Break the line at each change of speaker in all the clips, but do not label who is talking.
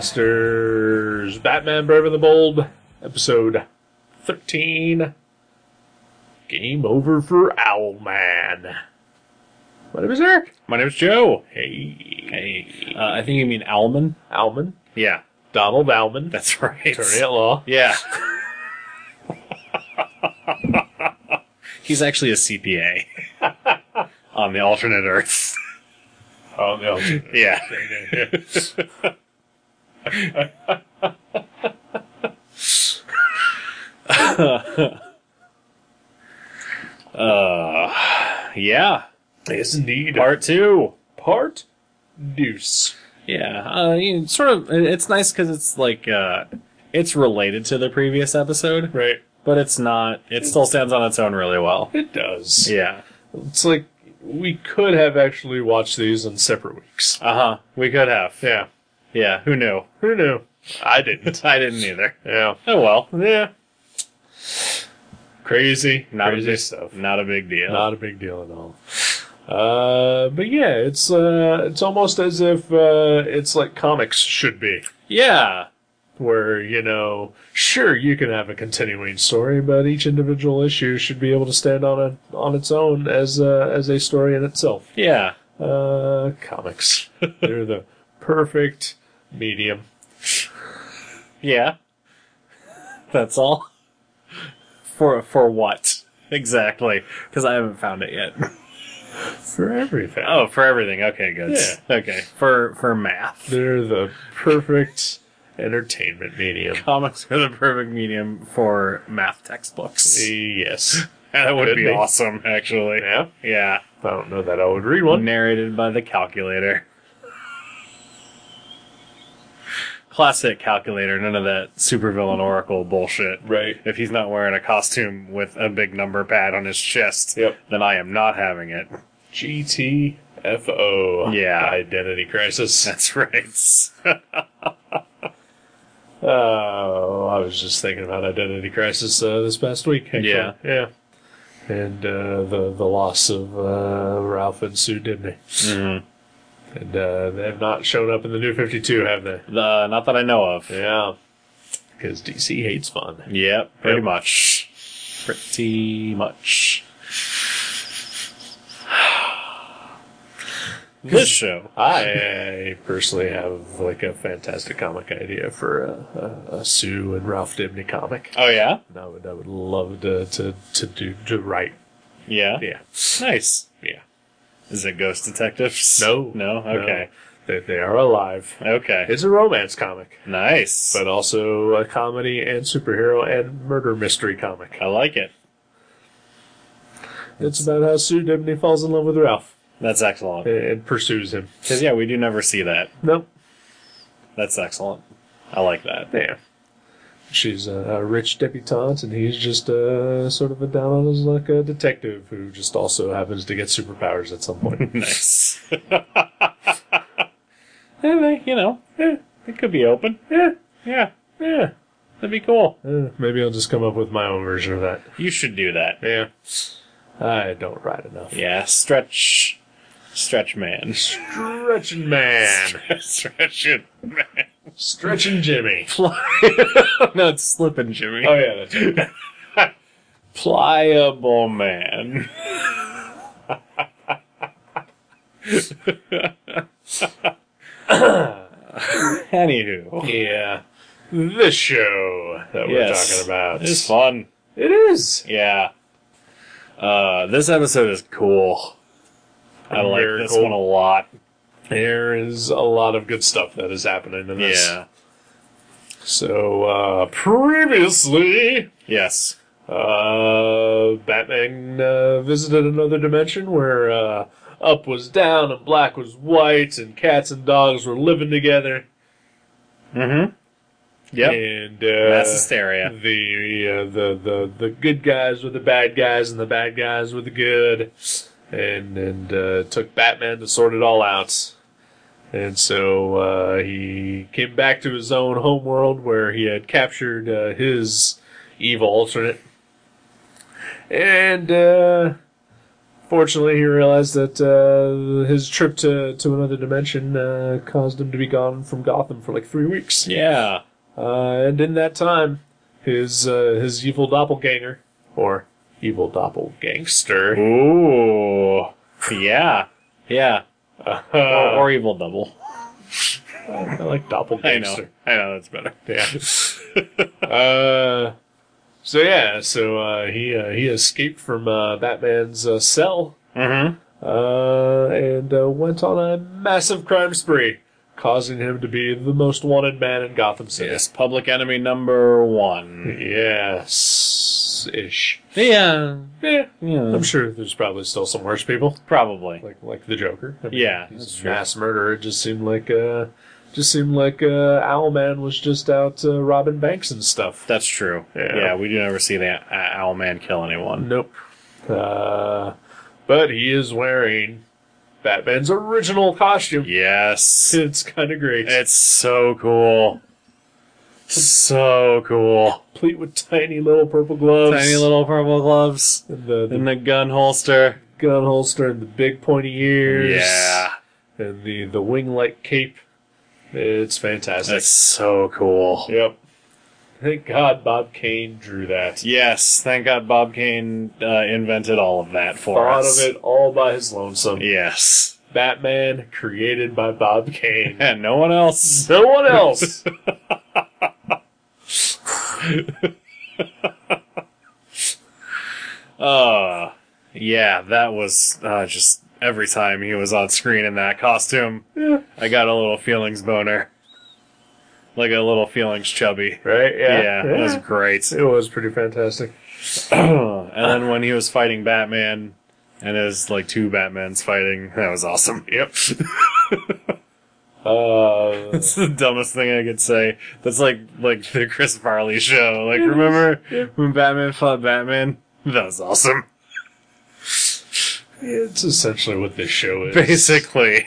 Ghostbusters Batman Brave and the Bold, episode 13. Game over for Owlman. My name is Eric.
My name's Joe.
Hey.
Hey. Uh, I think you mean Alman.
Owlman.
Yeah,
Donald Owlman.
that's right.
Attorney at law.
Yeah. He's actually a CPA on the alternate Earth.
Oh, no.
yeah. Yeah.
yes, indeed.
Part two.
part deuce.
Yeah. Uh, you know, sort of. it- It's nice because it's like uh, it's related to the previous episode,
Right.
but it's not. It still stands on its own really well.
It does.
Yeah.
It's like we could have actually watched these in separate weeks.
Uh huh. We could have.
Yeah.
Yeah. Who knew?
Who knew? I didn't.
I didn't either.
Yeah.
Oh well.
Yeah. Crazy.
Not a
crazy
big,
stuff.
Not a big deal.
Not a big deal at all. Uh, but yeah, it's uh, it's almost as if uh, it's like comics should be,
yeah.
where you know, sure you can have a continuing story, but each individual issue should be able to stand on a, on its own as uh, as a story in itself.
Yeah.
Uh, comics. They're the perfect medium.
Yeah. That's all. For for what? Exactly. Because I haven't found it yet.
for everything.
Oh, for everything. Okay, good.
Yeah.
Okay. For for math.
They're the perfect entertainment medium.
Comics are the perfect medium for math textbooks.
Yes.
That would
Could
be
be.
awesome, actually.
Yeah.
Yeah.
I don't know that I would read one.
Narrated by the calculator. Classic calculator, none of that supervillain oracle bullshit.
Right.
If he's not wearing a costume with a big number pad on his chest,
Yep.
then I am not having it.
GTFO.
Yeah.
Identity crisis.
That's right.
Oh, I was just thinking about identity crisis uh, this past week. Actually.
Yeah.
Yeah. And uh, the the loss of uh, Ralph and Sue Dibney. Mm-hmm. And uh, they have not shown up in the new 52, have they?
The, not that I know of.
Yeah. Because DC hates fun.
Yep, pretty
Yep.
much. Pretty much. this show.
I personally have like a fantastic comic idea for a, a, a Sue and Ralph Dibney comic.
Oh yeah,
And I would I would love to to, to do to write.
yeah,
Yeah,
Nice.
yeah.
Is it Ghost Detectives?
No,
no. Okay,
They they are alive.
okay.
It's a romance comic,
nice.
but also a comedy and superhero and murder mystery comic.
I like it.
It's about how Sue Dibney falls in love with Ralph
That's excellent.
and, and pursues him.
Because yeah, we do never see that.
Nope.
That's excellent. I like that.
Yeah. She's a, a rich debutante, and he's just uh, sort of a down on his luck uh, detective who just also happens to get superpowers at some point.
Nice. And they- you know, eh, it could be open. Eh,
yeah,
Yeah, eh,
yeah.
that'd be cool.
Uh, maybe I'll just come up with my own version of that.
You should do that.
Yeah. I don't write enough.
Yeah, stretch, stretch man,
Stretching man.
stretch it, man.
Stretching Jimmy.
no, it's slipping, Jimmy.
Oh, yeah, that's right.
Pliable man. Anywho,
Yeah. This show that we're
Yes.
talking about.
it's fun.
It is.
Yeah. Uh, this episode is cool. I like
Very
this
cool.
one a lot.
There is a lot of good stuff that is happening in this.
Yeah.
So, uh, previously,
Yes.
uh, Batman uh, visited another dimension where uh, up was down and black was white and cats and dogs were living together.
Mm-hmm. Yep.
And
That's
uh,
hysteria.
the, uh, the the the good guys were the bad guys and the bad guys were the good, and and uh, took Batman to sort it all out. And so uh, he came back to his own homeworld where he had captured uh, his evil alternate, and uh, Fortunately, he realized that uh, his trip to, to another dimension uh, caused him to be gone from Gotham for like three weeks.
Yeah.
Uh, and in that time, his uh, his evil doppelganger or evil doppelgangster,
Ooh. Yeah. Yeah.
uh,
Or, or evil double.
I like
I know.
doppelgangster.
I know that's better.
Yeah. uh, so yeah, so uh, he uh, he escaped from uh, Batman's uh, cell
Mm-hmm.
uh, and uh, went on a massive crime spree, causing him to be the most wanted man in Gotham City.
Yes. Public enemy number one.
Yes, ish.
Yeah.
Yeah,
Yeah.
I'm sure there's probably still some worse people,
Probably.
like like the Joker. I
Yeah,
he's
that's
a
true.
mass murderer. It just seemed like uh, just seemed like uh, Owlman was just out uh, robbing banks and stuff.
That's true.
Yeah.
Yeah. we do never see the uh, owl man kill anyone.
Nope. Uh, but he is wearing Batman's original costume.
Yes.
It's kind of great.
It's so cool. So cool.
Complete with tiny little purple gloves.
Tiny little purple gloves
And the, the
in the gun holster.
gun holster and the big pointy ears.
Yeah.
And the, the wing like cape. It's fantastic.
That's so cool.
Yep. Thank God Bob Kane drew that.
Yes, thank God Bob Kane uh, invented all of that for
Thought
us.
of it all by his lonesome.
Yes.
Batman created by Bob Kane.
And no one else.
No one else.
Uh, yeah, that was uh, just every time he was on screen in that costume,
Yeah.
I got a little feelings boner. Like a little feelings chubby.
Right? Yeah.
Yeah, it was great.
It was pretty fantastic.
and then when he was fighting Batman, and his like two Batmans fighting, that was awesome. Yep.
Uh,
That's the dumbest thing I could say. That's like like the Chris Farley show. Like remember when Batman fought Batman? That was awesome.
it's essentially what this show is.
Basically.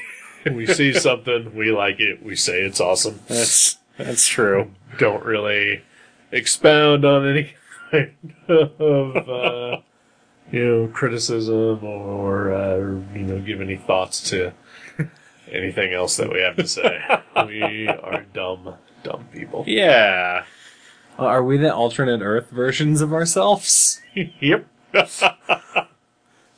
we see something, we like it, we say it's awesome.
That's that's true.
Don't really expound on any kind of uh, you know criticism or, uh, you know give any thoughts to anything else that we have to say. we are dumb, dumb people.
Yeah. Uh, Are we the alternate Earth versions of ourselves?
yep.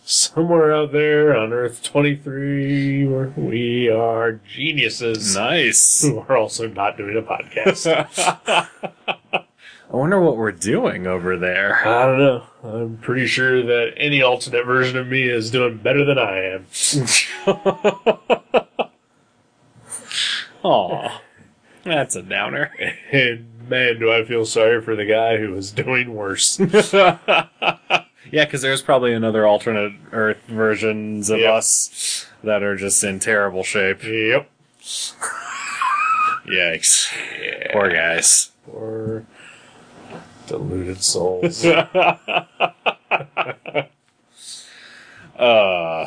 Somewhere out there on Earth 23, we're- we are geniuses.
Nice.
who are also not doing a podcast.
I wonder what we're doing over there.
I don't know. I'm pretty sure that any alternate version of me is doing better than I am.
Aw. That's a downer.
And man, do I feel sorry for the guy who is doing worse.
Yeah, because there's probably another alternate Earth versions of
Yep.
us that are just in terrible shape.
yep.
Yikes.
Yeah.
Poor guys.
Poor deluded souls.
Uh,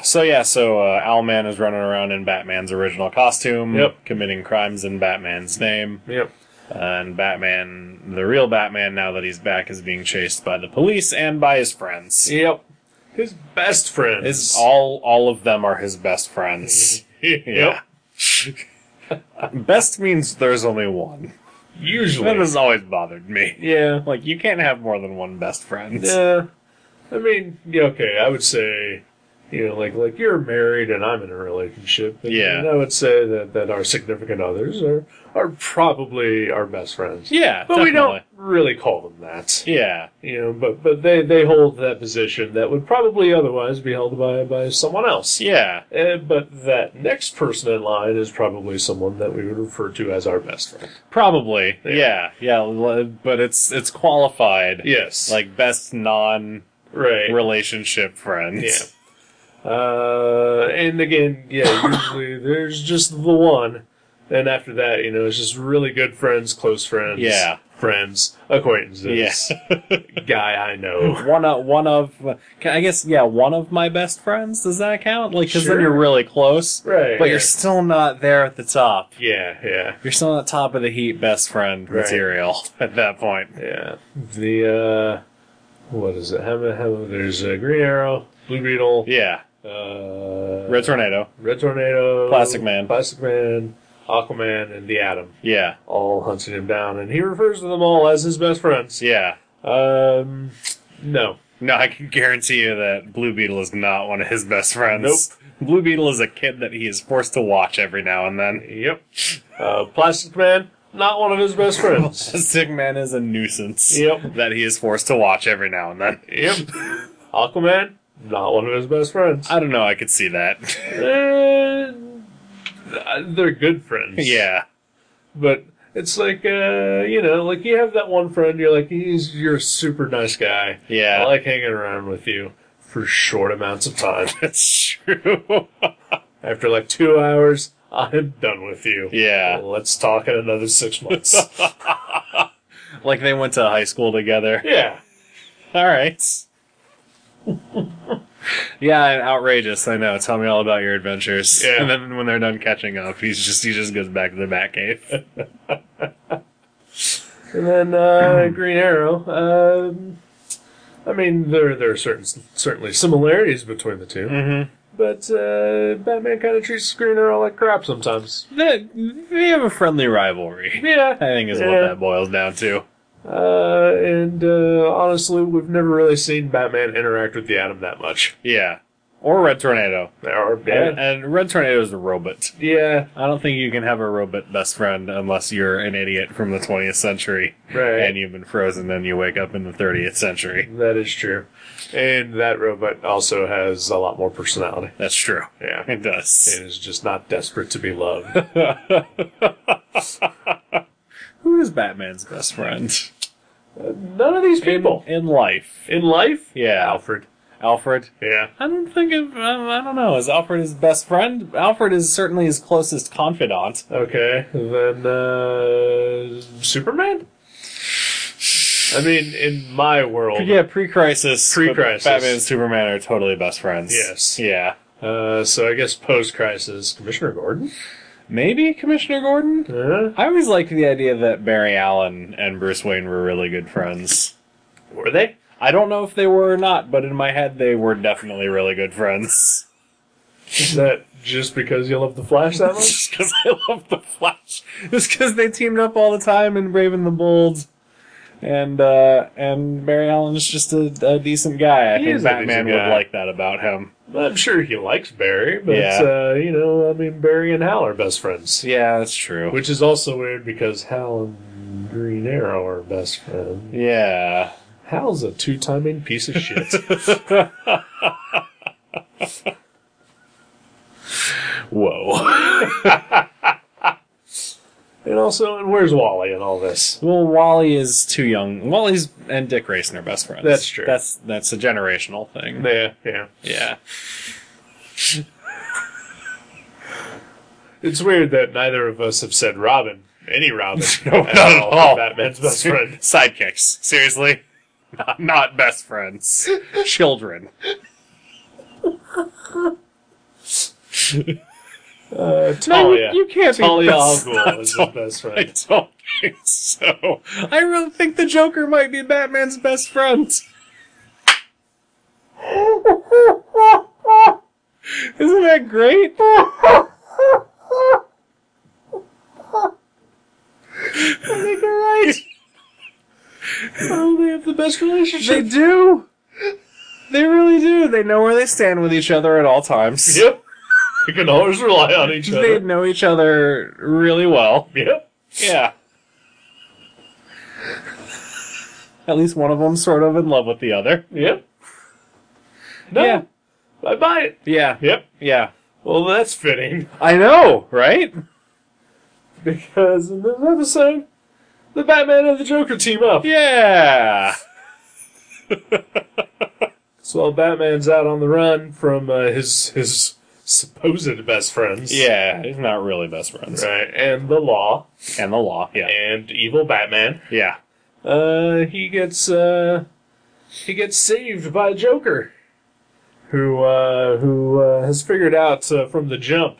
so yeah, so uh, Owlman is running around in Batman's original costume,
Yep.
committing crimes in Batman's name,
yep.
and Batman, the real Batman, now that he's back, is being chased by the police and by his friends.
Yep. His best friend.
His, all all of them are his best
Mm-hmm.
friends.
yep.
Yeah. best means there's only one. That
Usually.
has always bothered me.
yeah.
Like you can't have more than one best friend.
Yeah. I mean, yeah, okay, I would say, you know, like like you're married and I'm in a relationship. And,
Yeah.
And I would say that, that our significant others are are probably our best friends.
Yeah,
But we
definitely.
don't really call them that.
Yeah,
You know, but but they, they hold that position that would probably otherwise be held by by someone else.
yeah,
Uh, but that next person in line is probably someone that we would refer to as our best friend.
probably. Yeah, yeah, l but it's it's qualified.
Yes.
like best non
right.
relationship friends.
Yeah. Uh, and again, yeah, usually there's just the one. And after that, you know, it's just really good friends, close friends,
Yeah.
friends, acquaintances,
Yes.
guy I know.
one of one of I guess yeah, one of my best friends. Does that count? Like cuz
Sure.
then you're really close.
Right.
But you're still not there at the top.
yeah, yeah,
You're still not top of the heap best friend
Right.
material at that point.
yeah. The uh, what is it? How many? How many- There's a Green Arrow, Blue Beetle,
Yeah.
uh,
Red Tornado.
Red Tornado,
Plastic Man.
Plastic Man, Aquaman, and the Atom
Yeah.
all hunting him down, and he refers to them all as his best friends.
Yeah.
Um, no,
No, I can guarantee you that Blue Beetle is not one of his best friends. Nope. Blue Beetle is a kid that he is forced to watch every now and then.
yep, uh, Plastic Man, not one of his best friends.
Plastic Man is a nuisance
Yep.
that he is forced to watch every now and then.
yep, Aquaman, not one of his best friends.
I don't know, I could see that.
Uh, they're good friends.
yeah.
but it's like uh, you know, like you have that one friend. You're like, he's you're a super nice guy.
Yeah.
I like hanging around with you for short amounts of time.
That's true.
After like two hours, I'm done with you.
Yeah.
let's talk in another six months.
like they went to high school together.
yeah,
All right. yeah, and outrageous. I know. Tell me all about your adventures.
Yeah.
And then when they're done catching up, he's just he just goes back to the Batcave.
and then uh, Green Arrow. Um, I mean, there there are certain certainly similarities between the 2
Mhm.
Mm-hmm. but uh, Batman kind of treats Green Arrow like crap sometimes.
they, they have a friendly rivalry.
Yeah,
I think is what
Yeah.
that boils down to.
Uh, and uh, honestly, we've never really seen Batman interact with the Atom that much.
Yeah. Or Red Tornado.
Or
And, and Red Tornado is a robot.
yeah,
I don't think you can have a robot best friend unless you're an idiot from the 20th century
Right.
and you've been frozen and you wake up in the 30th century.
that is true. And that robot also has a lot more personality.
That's true.
Yeah,
It
and
does.
is just not desperate to be loved.
Who is Batman's best friend?
None of these people
in, in life.
in life.
Yeah.
Alfred.
Alfred.
Yeah,
I don't think of. Um, I don't know. Is Alfred his best friend? Alfred is certainly his closest confidant.
Okay, then uh, Superman. I mean, in my world,
Yeah, pre-crisis. but
Pre-crisis.
Batman and Superman are totally best friends.
Yes.
Yeah.
Uh, so I guess post-crisis, Commissioner Gordon.
Maybe Commissioner Gordon.
Uh,
I always liked the idea that Barry Allen and Bruce Wayne were really good friends.
were they?
I don't know if they were or not, but in my head they were definitely really good friends.
Is that just because you love the Flash that much?
Just because I love the Flash. Just because they teamed up all the time in Brave and the Bold, and uh, and Barry Allen's just a, a decent guy. I
He
think
is a
Batman
decent
would
guy.
like that about him.
I'm sure he likes Barry, but
Yeah.
uh, you know, I mean, Barry and Hal are best friends,
Yeah, that's true.
which is also weird because Hal and Green Arrow are best friends.
yeah,
Hal's a two-timing piece of shit.
whoa.
and also, and where's Wally in all this?
Well, Wally is too young. Wally's and Dick Grayson are best friends.
That's true.
That's that's a generational thing.
Yeah, yeah.
Yeah,
It's weird that neither of us have said Robin, any Robin,
no, not at all.
Batman's best friend.
Sidekicks, seriously, not, not best friends. Children.
Uh,
No, you-
Talia,
you can't be
Talia Al
best-
Ghul is his best
I
friend.
don't think so. I really think the Joker might be Batman's best friend. Isn't that great?
I think you're right. oh, they have the best
they
relationship.
do. They really do. They know where they stand with each other at all times.
Yep. You can always rely on each other.
They know each other really well.
Yep.
Yeah. At least one of them's sort of in love with the other.
Yep. No.
Yeah.
I buy it.
Yeah.
Yep.
Yeah.
Well, that's fitting
I know, right?
because in this episode, the Batman and the Joker team up.
Yeah.
So while Batman's out on the run from uh, his his supposed best friends.
Yeah, he's not really best friends.
Right, and the law,
And the law. Yeah.
and evil Batman.
Yeah.
Uh, he gets uh, he gets saved by Joker, who uh, who uh, has figured out uh, from the jump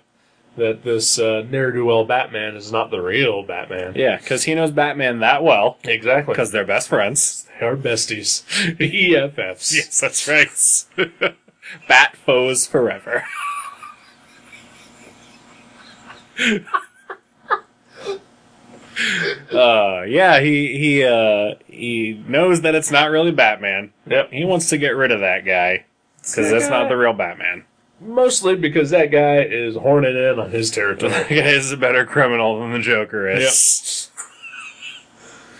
that this uh, ne'er do well Batman is not the real Batman.
Yeah, because he knows Batman that well,
Exactly.
because they're best friends.
E they are besties, BFFs.
that's right. Bat foes forever. uh, yeah, he he uh, he knows that it's not really Batman.
Yep.
He wants to get rid of that guy because that's not the real Batman.
Mostly because that guy is horning in on his territory.
That guy is a better criminal than the Joker is.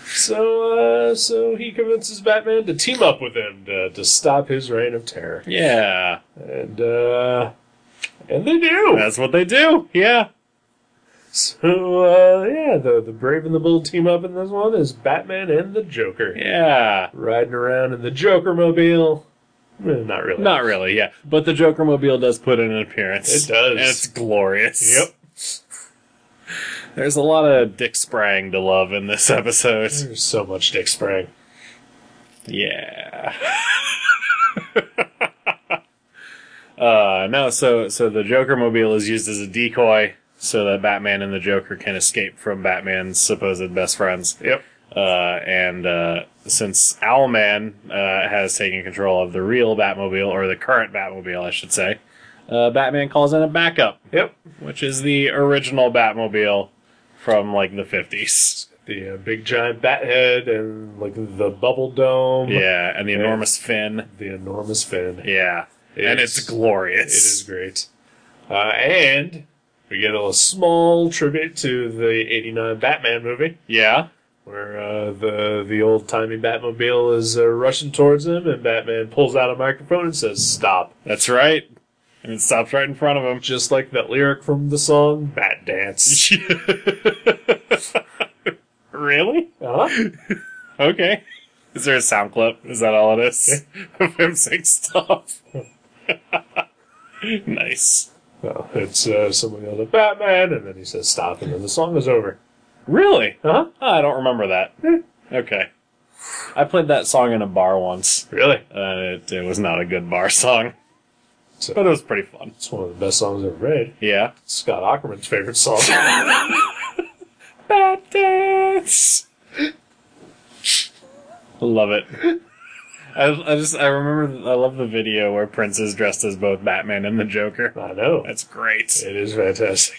so, uh, so he convinces Batman to team up with him to, to stop his reign of terror,
Yeah,
and uh, and they do.
that's what they do. Yeah,
So uh, yeah, the the Brave and the Bold team up in this one is Batman and the Joker
yeah.
riding around in the Joker mobile. Eh, Not really.
Not really, yeah. But the Joker Mobile does put in an appearance.
It does.
And it's glorious.
Yep.
There's a lot of dick spraying to love in this episode.
There's so much dick spraying.
Yeah. uh, no, so so the Joker Mobile is used as a decoy so that Batman and the Joker can escape from Batman's supposed best friends.
Yep.
Uh, and uh, since Owlman uh, has taken control of the real Batmobile, or the current Batmobile, I should say, uh, Batman calls in a backup,
Yep.
which is the original Batmobile from like the 50s.
The uh, big giant bat head and like the bubble dome.
Yeah, and the enormous fin.
The enormous fin.
Yeah. and
It's-
it's glorious.
It is great. Uh, and we get a little small tribute to the '89 Batman movie.
Yeah.
where uh, the the old timey Batmobile is uh, rushing towards him, and Batman pulls out a microphone and says, "Stop!"
That's right. And it stops right in front of him.
Just like that lyric from the song "Bat Dance."
really?
Uh-huh.
Okay. Is there a sound clip? Is that all it is? of him saying stuff. nice.
Well, it's uh, somebody yells at Batman, and then he says, "Stop!" and then the song is over.
Really? Hmm.
Huh?
Oh, I don't remember that. okay. I played that song in a bar once.
Really?
And it, it was not a good bar song.
So-
But it was pretty fun.
It's one of the best songs I've ever read.
Yeah.
It's Scott Ackerman's favorite song.
Bad dance. love it. I, I just I remember I love the video where Prince is dressed as both Batman and the Joker.
I know.
That's great.
It is fantastic.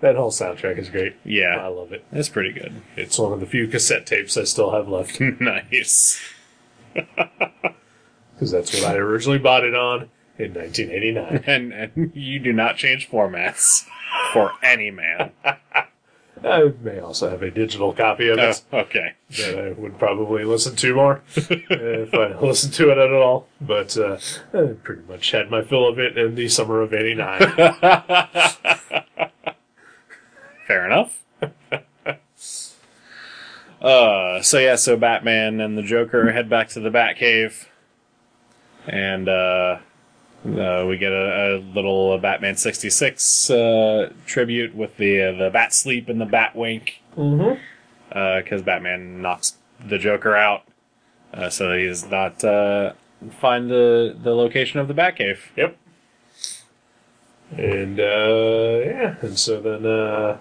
That whole soundtrack is great. I
Yeah,
love it.
that's pretty good.
It's one of the few cassette tapes I still have left.
nice.
because that's what I originally bought it on in 1989.
And and you do not change formats for any man.
I may also have a digital copy of
Oh,
it
okay.
that I would probably listen to more if I listened to it at all. But uh, I pretty much had my fill of it in the summer of '89.
Fair enough. uh, so yeah, so Batman and the Joker head back to the Batcave, and uh, uh, we get a, a little Batman '66 uh, tribute with the uh, the Bat Sleep and the Bat Wink,
mm-hmm.
because Batman knocks the Joker out, uh, so that he does not uh, find the the location of the Batcave.
Yep. And uh, yeah, and so then. Uh,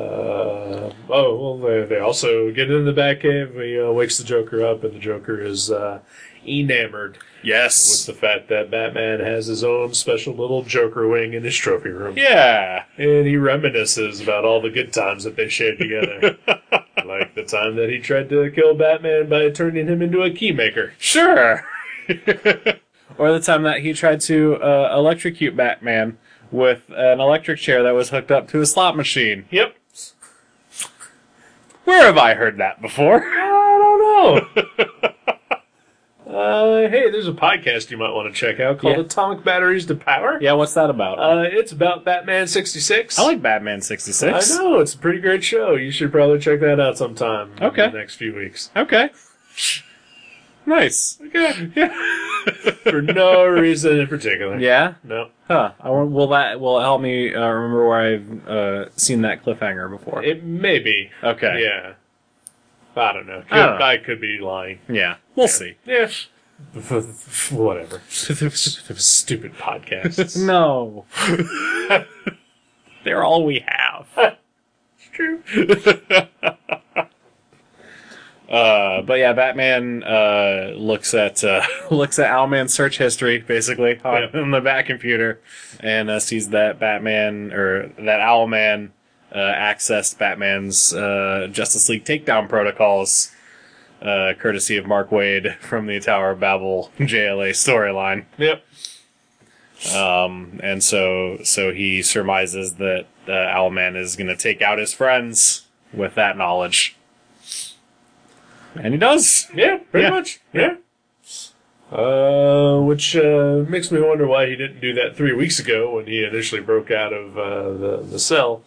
uh, oh well, they, they also get in the Batcave. He uh, wakes the Joker up, and the Joker is uh, enamored with
Yes.
the fact that Batman has his own special little Joker wing in his trophy room.
yeah.
And he reminisces about all the good times that they shared together. like the time that he tried to kill Batman by turning him into a keymaker.
Sure. or the time that he tried to uh, electrocute Batman with an electric chair that was hooked up to a slot machine.
Yep.
Where have I heard that before?
I don't know. uh, hey, there's a podcast you might want to check out called
Yeah.
Atomic Batteries to Power.
yeah, what's that about?
Uh, it's about Batman 66.
I like Batman
I
66.
know, it's a pretty great show. You should probably check that out sometime
Okay.
in the next few weeks.
Okay. Nice.
Okay.
Yeah.
For no reason in particular.
yeah?
No.
Huh. I won- will that will it help me uh, remember where I've uh, seen that cliffhanger before.
It may be.
okay. Oh.
Yeah. I don't know. Could,
I
I,
don't know.
could be lying.
Yeah. We'll see.
Yeah. Whatever. Stupid podcasts.
No. They're all we have.
It's true.
Uh, but yeah, Batman uh, looks at uh, looks at Owlman's search history basically on,
Yep.
on the Bat computer, and uh, sees that Batman or that Owlman uh, accessed Batman's uh, Justice League takedown protocols, uh, courtesy of Mark Wade from the Tower of Babel JLA storyline.
Yep.
Um, and so so he surmises that uh, Owlman is going to take out his friends with that knowledge, and he does.
Yeah, pretty
Yeah.
much. Yeah. Uh, which uh, makes me wonder why he didn't do that three weeks ago when he initially broke out of uh, the the cell.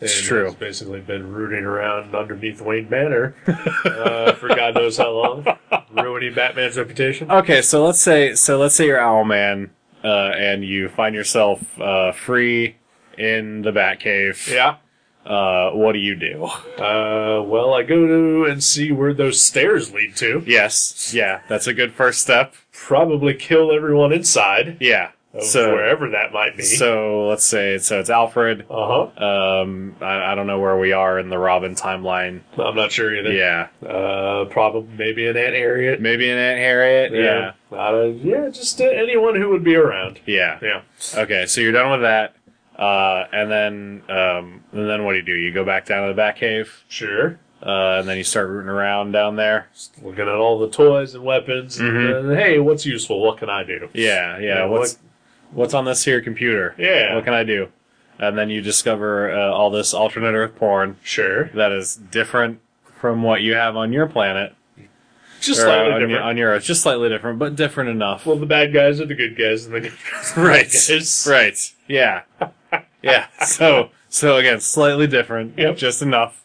And
It's true.
has basically been rooting around underneath Wayne Banner uh, for God knows how long, ruining Batman's reputation.
Okay, so let's say so let's say you're Owlman, uh, and you find yourself uh, free in the Batcave.
Yeah.
Uh, what do you do?
Uh, well, I go to and see where those stairs lead to.
Yes. Yeah, that's a good first step.
Probably kill everyone inside,
Yeah.
of
So
wherever that might be.
so let's say so it's Alfred.
uh huh.
Um, I, I don't know where we are in the Robin timeline.
I'm not sure either.
Yeah,
Uh, probably maybe an Aunt Harriet.
maybe an Aunt Harriet. Yeah.
Not a, yeah, just uh, anyone who would be around.
Yeah.
Yeah.
Okay, so you're done with that. Uh, and then, um, and then what do you do? You go back down to the Batcave,
Sure.
uh, and then you start rooting around down there.
Just looking at all the toys and weapons.
Mhm.
And, uh, hey, what's useful? What can I do?
Yeah, yeah.
Yeah,
what's what's on this here computer?
Yeah.
What can I do? And then you discover uh, all this alternate Earth porn
Sure.
that is different from what you have on your planet,
Just
or, uh,
slightly
on,
different.
Your, on your Earth, just slightly different, but different enough.
well, the bad guys are the good guys, and the good guys are the
Right.
bad guys.
Right. Yeah. Yeah. So so again, slightly different,
Yep.
just enough.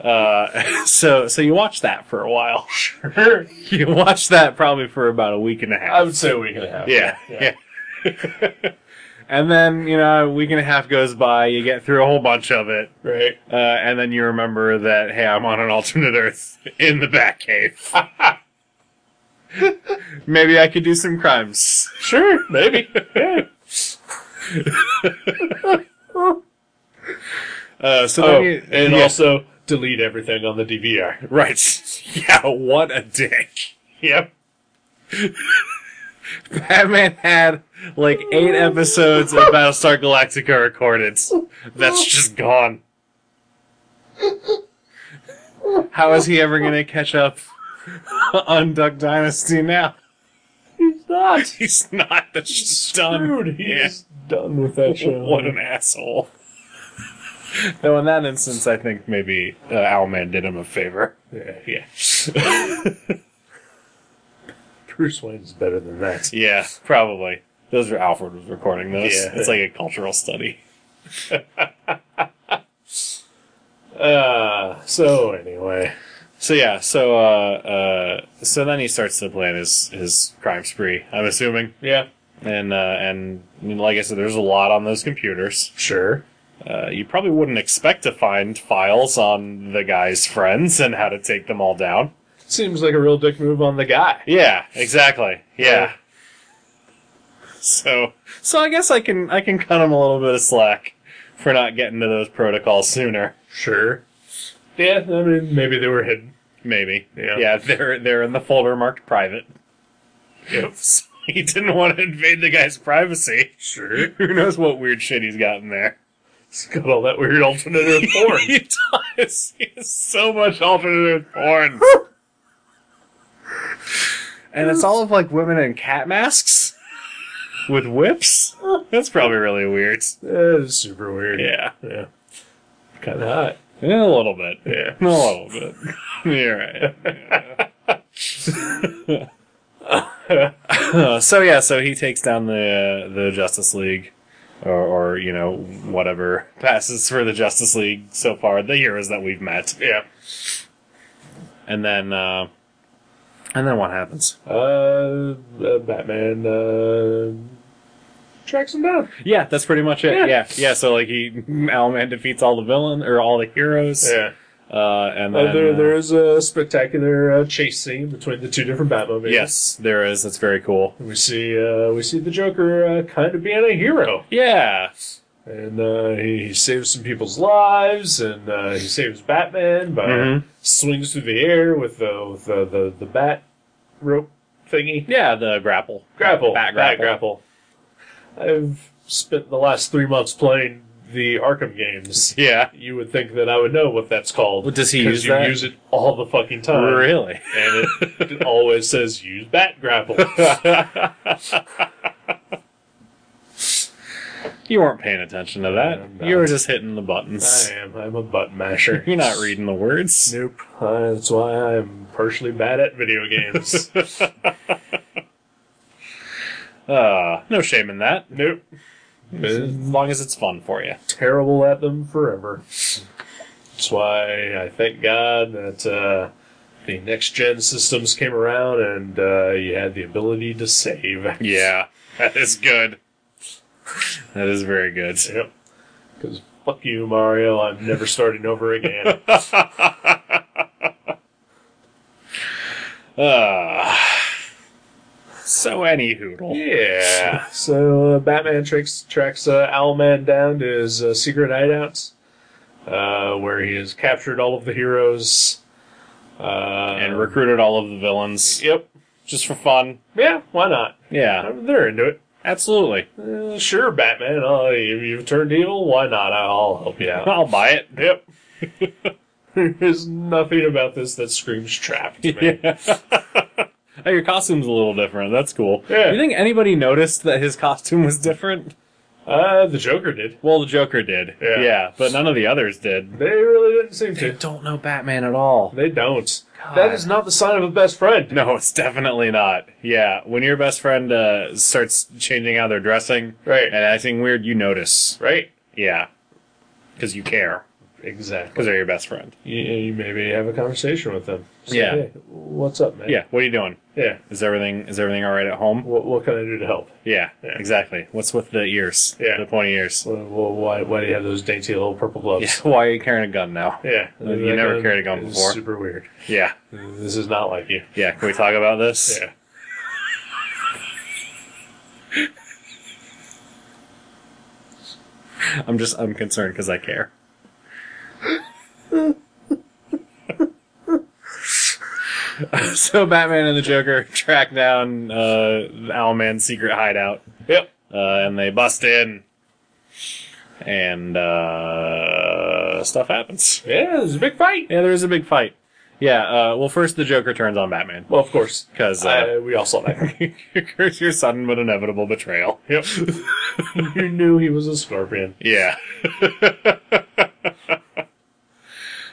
Uh, so so you watch that for a while.
Sure.
You watch that probably for about a week and a half.
I would say we can have.
yeah. Yeah. and then you know a week and a half goes by. You get through a whole bunch of it,
Right.
uh, and then you remember that hey, I'm on an alternate Earth in the Batcave. Maybe I could do some crimes.
Sure. Maybe. Yeah.
Uh, so
Oh,
then you,
and
yeah.
also delete everything on the DVR.
Right. Yeah, what a dick.
Yep.
Batman had like eight episodes of Battlestar Galactica recorded. That's just gone. How is he ever gonna catch up on Duck Dynasty now?
He's not.
He's not. That's just done.
Dude, he's
Yeah.
done with that show.
What an asshole. Though in that instance, I think maybe uh, Owlman did him a favor.
Yeah, yeah. Bruce Wayne's better than that.
Yeah, probably. Those are Alfred was recording those.
Yeah.
It's like a cultural study.
Uh, so anyway,
So yeah, so uh, uh, so then he starts to plan his his crime spree. I'm assuming,
yeah,
and uh, and like I said, there's a lot on those computers.
sure,
Uh, you probably wouldn't expect to find files on the guy's friends and how to take them all down.
seems like a real dick move on the guy.
Yeah, exactly. Yeah. So so I guess I can I can cut him a little bit of slack for not getting to those protocols sooner.
Sure, yeah. I mean, maybe they were hidden.
Maybe.
Yeah.
Yeah, they're they're in the folder marked private.
Yep.
So he didn't want to invade the guy's privacy.
Sure,
Who knows what weird shit he's got in there?
it's got all that weird alternate earth porn.
he does. He has so much alternative porn. and it's all of like women in cat masks with whips. That's probably really weird.
That is super weird.
Yeah.
yeah, kind of hot.
Yeah, a little bit.
Yeah.
A little bit. You're right. Yeah. so yeah, so he takes down the uh, the Justice League, or, or you know whatever passes for the Justice League so far, the heroes that we've met,
Yeah.
and then uh, and then what happens?
Uh, uh Batman uh, tracks him down.
Yeah, that's pretty much it.
Yeah.
Yeah, yeah. so like he Owlman defeats all the villain or all the heroes. Uh, and then
Uh, there,
uh,
there is a spectacular uh, chase scene between the two different Batmobiles.
yes, there is. That's very cool.
we see uh, we see the Joker uh, kind of being a hero.
Yeah.
and uh, he, he saves some people's lives, and uh, he saves Batman by
Mhm.
swings through the air with the with the, the, the bat rope thingy
Yeah, the grapple.
grapple
Bat
bat
grapple.
I've spent the last three months playing the Arkham games.
Yeah.
You would think that I would know what that's called.
Well, does he
'cause
use
you
that?
use it all the fucking
Uh,
time,
really?
and it, it always says use bat grapple.
you weren't paying attention to that.
I'm not.
You were just hitting the
I
buttons.
am. I'm a button masher.
You're not reading the words.
Nope. Uh, that's why I'm partially bad at video games.
Uh, no shame in that.
nope.
As long as it's fun for you.
terrible at them forever. That's why I thank God that uh, the next gen systems came around and uh, you had the ability to save.
Yeah, that is good. That is very good.
Yep. Because fuck you, Mario. I'm never starting over again.
Uh, so, any hoodle.
yeah. So uh, Batman tricks, tracks uh, Owlman down to his uh, secret hideouts, uh, where he has captured all of the heroes. Uh,
And recruited all of the villains
Yep.
just for fun.
Yeah, why not?
Yeah,
They're into it.
absolutely.
Uh, sure, Batman. Uh, you, you've turned evil. Why not? I'll help you out.
I'll buy it.
yep. There's nothing about this that screams trap to me.
Yeah. oh, your costume's a little different. That's cool.
Yeah.
You think anybody noticed that his costume was different?
Uh, the Joker did.
Well, the Joker did.
Yeah.
but none of the others did.
They really didn't seem
They
to.
don't know Batman at all.
They don't.
God.
That is not the sign of a best friend.
No, it's definitely not. Yeah, when your best friend uh, starts changing how they're dressing
Right.
and acting weird, you notice.
Right?
Yeah, because you care
Exactly.
because they're your best friend.
You, you maybe have a conversation with them. Say,
Yeah.
"Hey, what's up, man?
Yeah, what are you doing?
Yeah.
Is everything is everything all right at home?
What, what can I do to help?
Yeah,
Yeah.
exactly. What's with the ears?
Yeah.
the pointy ears.
Well, well, why, why do you have those dainty little purple
Yeah,
gloves?
why are you carrying a gun now?
Yeah.
You never
gun
carried a gun
is
before.
Super weird.
Yeah,
This is not like you.
yeah. Can we talk about this?
Yeah.
I'm just I'm concerned because I care. so Batman and the Joker track down uh, Owlman's secret hideout,
Yep.
uh, and they bust in, and uh, stuff happens.
Yeah, there's a big fight.
Yeah, there is a big fight. Yeah, uh, well, first the Joker turns on Batman
Well, of course,
because uh,
uh, we all saw that.
your sudden but inevitable betrayal.
yep, you knew he was a scorpion.
Yeah.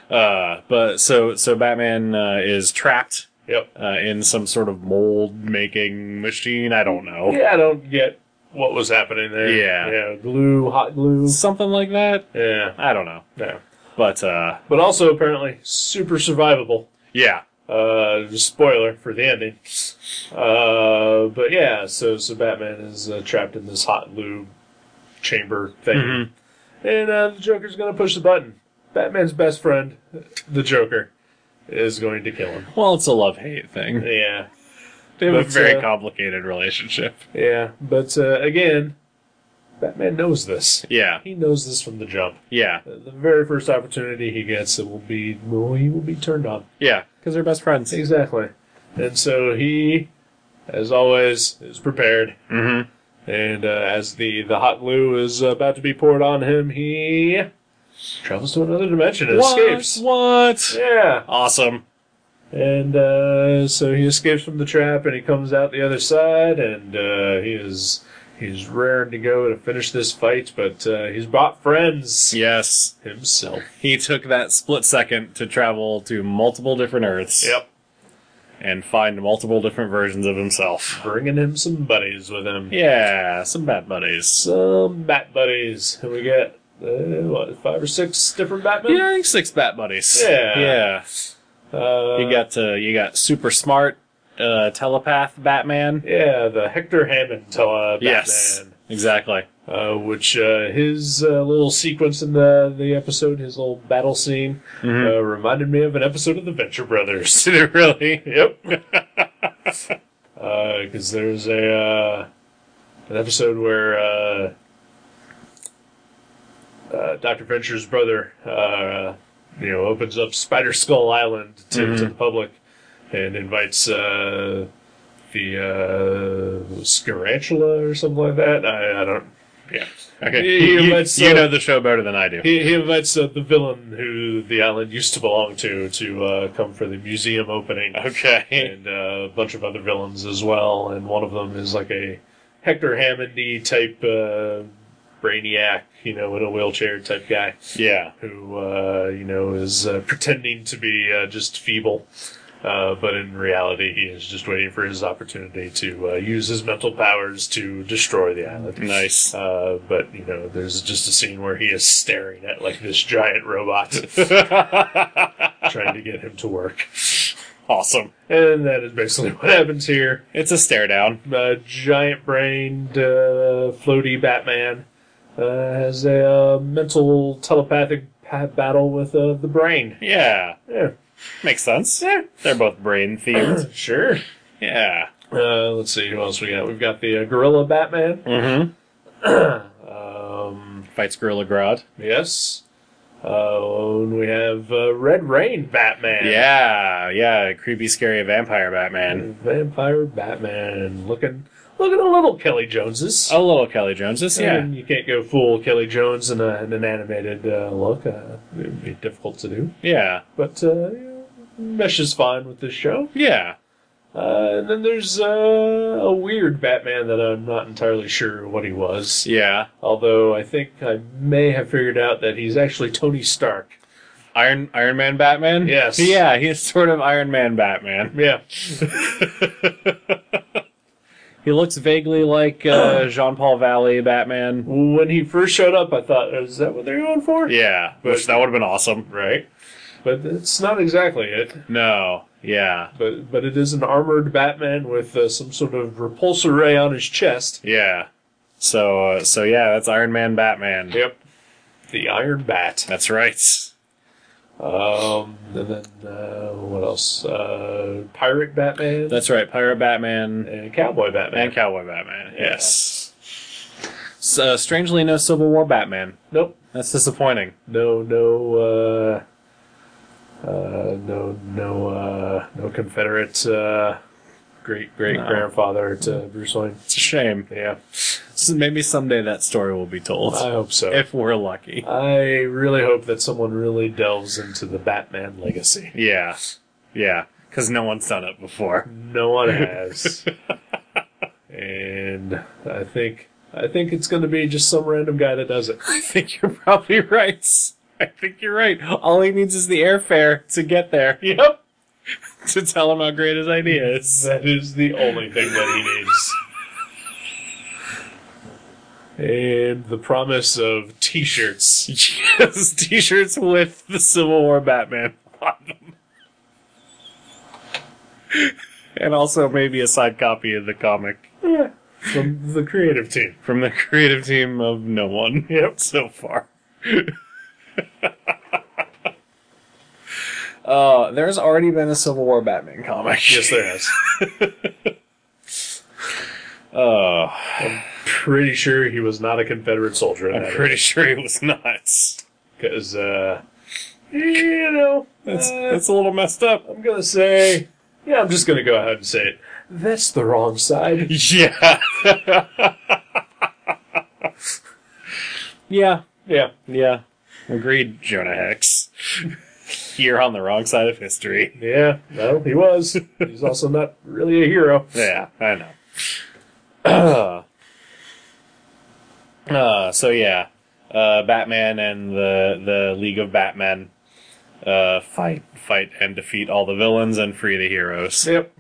uh, but so so Batman uh, is trapped
Yep.
uh, in some sort of mold making machine. I don't know.
Yeah, I don't get what was happening there.
Yeah.
yeah, glue, hot glue.
Something like that.
Yeah,
I don't know.
yeah.
But uh,
But also apparently super survivable.
yeah,
Uh, spoiler for the ending. Uh, but yeah, so so Batman is uh, trapped in this hot glue chamber thing,
Mhm.
and uh, the Joker's gonna push the button. Batman's best friend, the Joker, is going to kill him.
well, it's a love hate thing.
Yeah.
They have a
But,
very
uh,
complicated relationship.
Yeah, but uh, again, Batman knows this.
Yeah,
He knows this from the jump.
yeah,
The the very first opportunity he gets, it will be well, he will be turned on.
yeah. Because they're best friends.
Exactly. And so he, as always, is prepared.
Mm-hmm.
And uh, as the the hot glue is about to be poured on him, he travels to another dimension and escapes.
What?
Yeah.
Awesome.
And uh, so he escapes from the trap, and he comes out the other side, and uh, he is he's raring to go to finish this fight. But uh, he's brought friends
Yes.
himself.
He took that split second to travel to multiple different Earths. and find multiple different versions of himself.
bringing him some buddies with him,
Yeah, some bad buddies.
some bat buddies, and we get uh, what five or six different Batman.
Yeah, I think six bat buddies.
Yeah.
yeah.
uh,
You got uh, you got super smart uh, telepath Batman.
yeah the Hector Hammond uh, Batman.
Yes, exactly.
uh, which uh, his uh, little sequence in the the episode, his little battle scene, uh, reminded me of an episode of The Venture Brothers.
Did it really?
yep. Because there's a uh, an episode where uh, uh, Doctor Venture's brother, uh, you know, opens up Spider Skull Island to, to the public and invites uh, the uh, Scarantula or something like that. I, I don't. Yeah.
Okay.
He- he
You,
invites,
you
uh,
know the show better than I do.
He, he invites uh, the villain who the island used to belong to to uh, come for the museum opening.
Okay.
and uh, a bunch of other villains as well. And one of them is like a Hector Hammondy type uh, brainiac, you know, in a wheelchair type guy
Yeah.
who, uh, you know, is uh, pretending to be uh, just feeble. Uh, but in reality, he is just waiting for his opportunity to uh, use his mental powers to destroy the island.
Nice.
Uh, but you know, there's just a scene where he is staring at like this giant robot, trying to get him to work,
awesome.
and that is basically what happens here.
It's a stare down.
uh, giant brained, uh, floaty Batman uh, has a uh, mental telepathic pa- battle with uh, the brain.
Yeah.
Yeah,
Makes sense.
Yeah.
They're both brain themed.
sure.
yeah.
Uh, let's see who else we got. We've got the uh, Gorilla Batman.
Mm-hmm.
Um,
Fights Gorilla Grodd.
yes. Uh, and we have uh, Red Rain Batman.
Yeah, yeah. Creepy, scary vampire Batman.
Vampire Batman looking looking a little Kelly Joneses.
A little Kelly Jones. This, Oh, yeah.
And you can't go full Kelly Jones in, a, in an animated uh, look. Uh, it would be difficult to do.
Yeah.
but uh, yeah, meshes fine with this show.
Yeah.
Uh, and then there's uh, a weird Batman that I'm not entirely sure what he was.
Yeah.
Although I think I may have figured out that he's actually Tony Stark.
Iron Iron Man Batman?
Yes.
Yeah, he's sort of Iron Man Batman.
Yeah,
He looks vaguely like uh, Jean Paul Valley Batman.
when he first showed up, I thought, is that what they're going for?
Yeah, which that would have been awesome.
Right. But it's not exactly it.
No, yeah,
But but it is an armored Batman with uh, some sort of repulsor ray on his chest.
yeah. So, uh, so yeah, that's Iron Man Batman.
Yep. The Iron Bat.
That's right.
Um, and then uh, what else? Uh, Pirate Batman
That's right. Pirate Batman
and Cowboy Batman.
and Cowboy Batman. Yes. S uh, strangely, no Civil War Batman.
nope.
That's disappointing.
No, no, uh, uh, no, no, uh, no Confederate uh, great great grandfather to Bruce Wayne.
It's a shame.
Yeah,
So maybe someday that story will be told
I hope so.
if we're lucky.
I really hope that someone really delves into the Batman legacy.
Yeah, yeah. Because no one's done it before.
No one has. and I think I think it's going to be just some random guy that does it.
I think you're probably right. I think you're right. All he needs is the airfare to get there. Yep. to tell him how great his idea is.
That is the only thing that he needs. And the promise of T-shirts.
Yes, t-shirts with the Civil War Batman on them. and also maybe a side copy of the comic
Yeah. From the creative team.
from the creative team of no one
Yep.
so far. Uh, there's already been a Civil War Batman comic.
Yes, there is.
Oh.
Pretty sure he was not a Confederate soldier.
I'm pretty sure he was nuts.
because uh, you know,
That's
uh,
that's a little messed up.
I'm gonna say, yeah, I'm just gonna go ahead and say it. That's the wrong side.
Yeah. yeah.
Yeah.
Yeah. Agreed, Jonah Hex. You're on the wrong side of history.
Yeah. Well, he was. He's also not really a hero.
Yeah, I know. Uh, so yeah, uh, Batman and the the League of Batmen uh, fight fight and defeat all the villains and free the heroes.
Yep.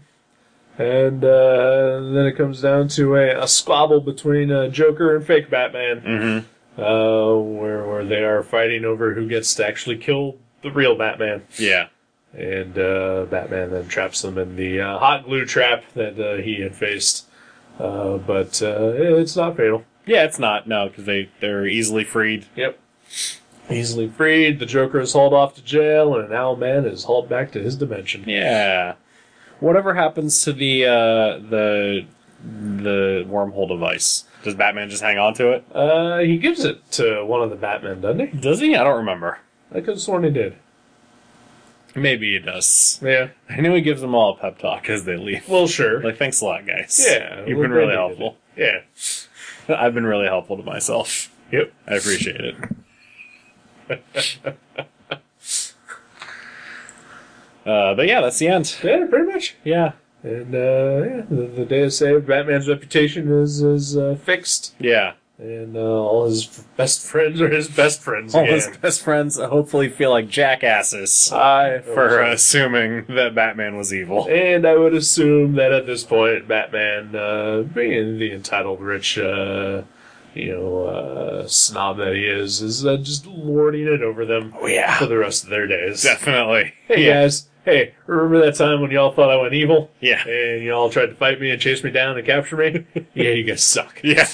And uh, then it comes down to a, a squabble between uh, Joker and fake Batman,
Mhm.
uh, where where they are fighting over who gets to actually kill the real Batman.
Yeah.
And uh, Batman then traps them in the uh, hot glue trap that uh, he had faced. Uh, but uh, it's not fatal.
Yeah, it's not no, because they they're easily freed.
Yep. Easily freed, the Joker is hauled off to jail, and an owl man is hauled back to his dimension.
Yeah. Whatever happens to the uh, the the wormhole device? Does Batman just hang on to it?
Uh, he gives it to one of the Batmen, doesn't he?
Does he? I don't remember.
I could have sworn he did.
Maybe he does.
Yeah.
I know he gives them all a pep talk as they leave.
Well, sure.
Like, thanks a lot, guys.
yeah.
You've
well,
been really
they did
helpful.
it. Yeah.
I've been really helpful to myself.
Yep.
I appreciate it. uh, but yeah, that's the end.
Yeah, pretty much.
Yeah.
And uh, yeah, the, the day is saved. Batman's reputation is is uh, fixed,
Yeah.
and uh, all his f- best friends are his best friends
All
again.
his best friends uh, hopefully feel like jackasses
I
Uh, for assuming that Batman was evil.
And I would assume that at this point, Batman, uh, being the entitled rich, uh, you know, uh, snob that he is, is uh, just lording it over them
Oh, yeah.
for the rest of their days.
Definitely.
Hey
yeah.
guys, hey, remember that time when y'all thought I went evil?
Yeah.
And y'all tried to fight me and chase me down and capture me? yeah, you guys suck.
Yeah.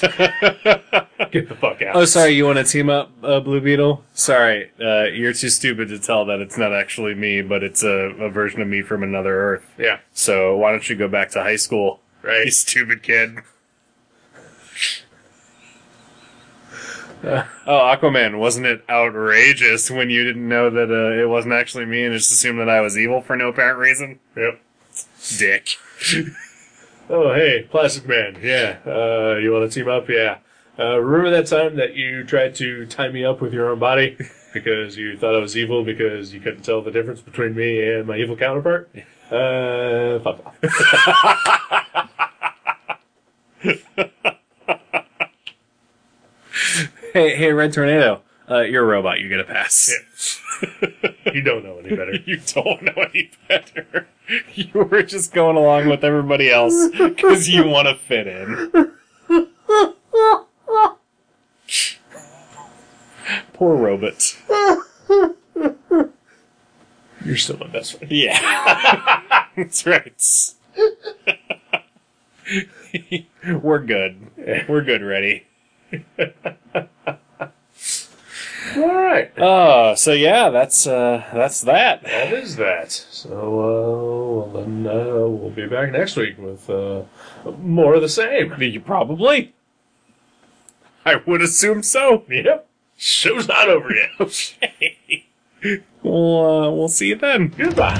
Get the fuck out.
oh, sorry. You want to team up, uh, Blue Beetle? Sorry, uh, you're too stupid to tell that it's not actually me, but it's a, a version of me from another Earth.
yeah,
So why don't you go back to high school?
right.
You stupid kid. oh, Aquaman, wasn't it outrageous when you didn't know that uh, it wasn't actually me and just assumed that I was evil for no apparent reason?
Yep.
Dick.
Oh, hey, Plastic Man. Yeah. Uh, you want to team up? Yeah. Uh, remember that time that you tried to tie me up with your own body because you thought I was evil because you couldn't tell the difference between me and my evil counterpart? Uh, fuck off.
Hey, hey, Red Tornado. Uh, you're a robot. You get a pass.
you don't know any better.
You don't know any better. You were just going along with everybody else because you want to fit in. Poor robot.
You're still my best friend.
Yeah. That's right. We're good. We're good, ready.
All right.
Oh, so yeah, that's uh that's that.
That is that. So, uh, well, then uh, we'll be back next week with uh, more of the same.
You probably I would assume so.
Yep. Show's not over yet.
Okay. We'll uh, we'll see you then.
Goodbye.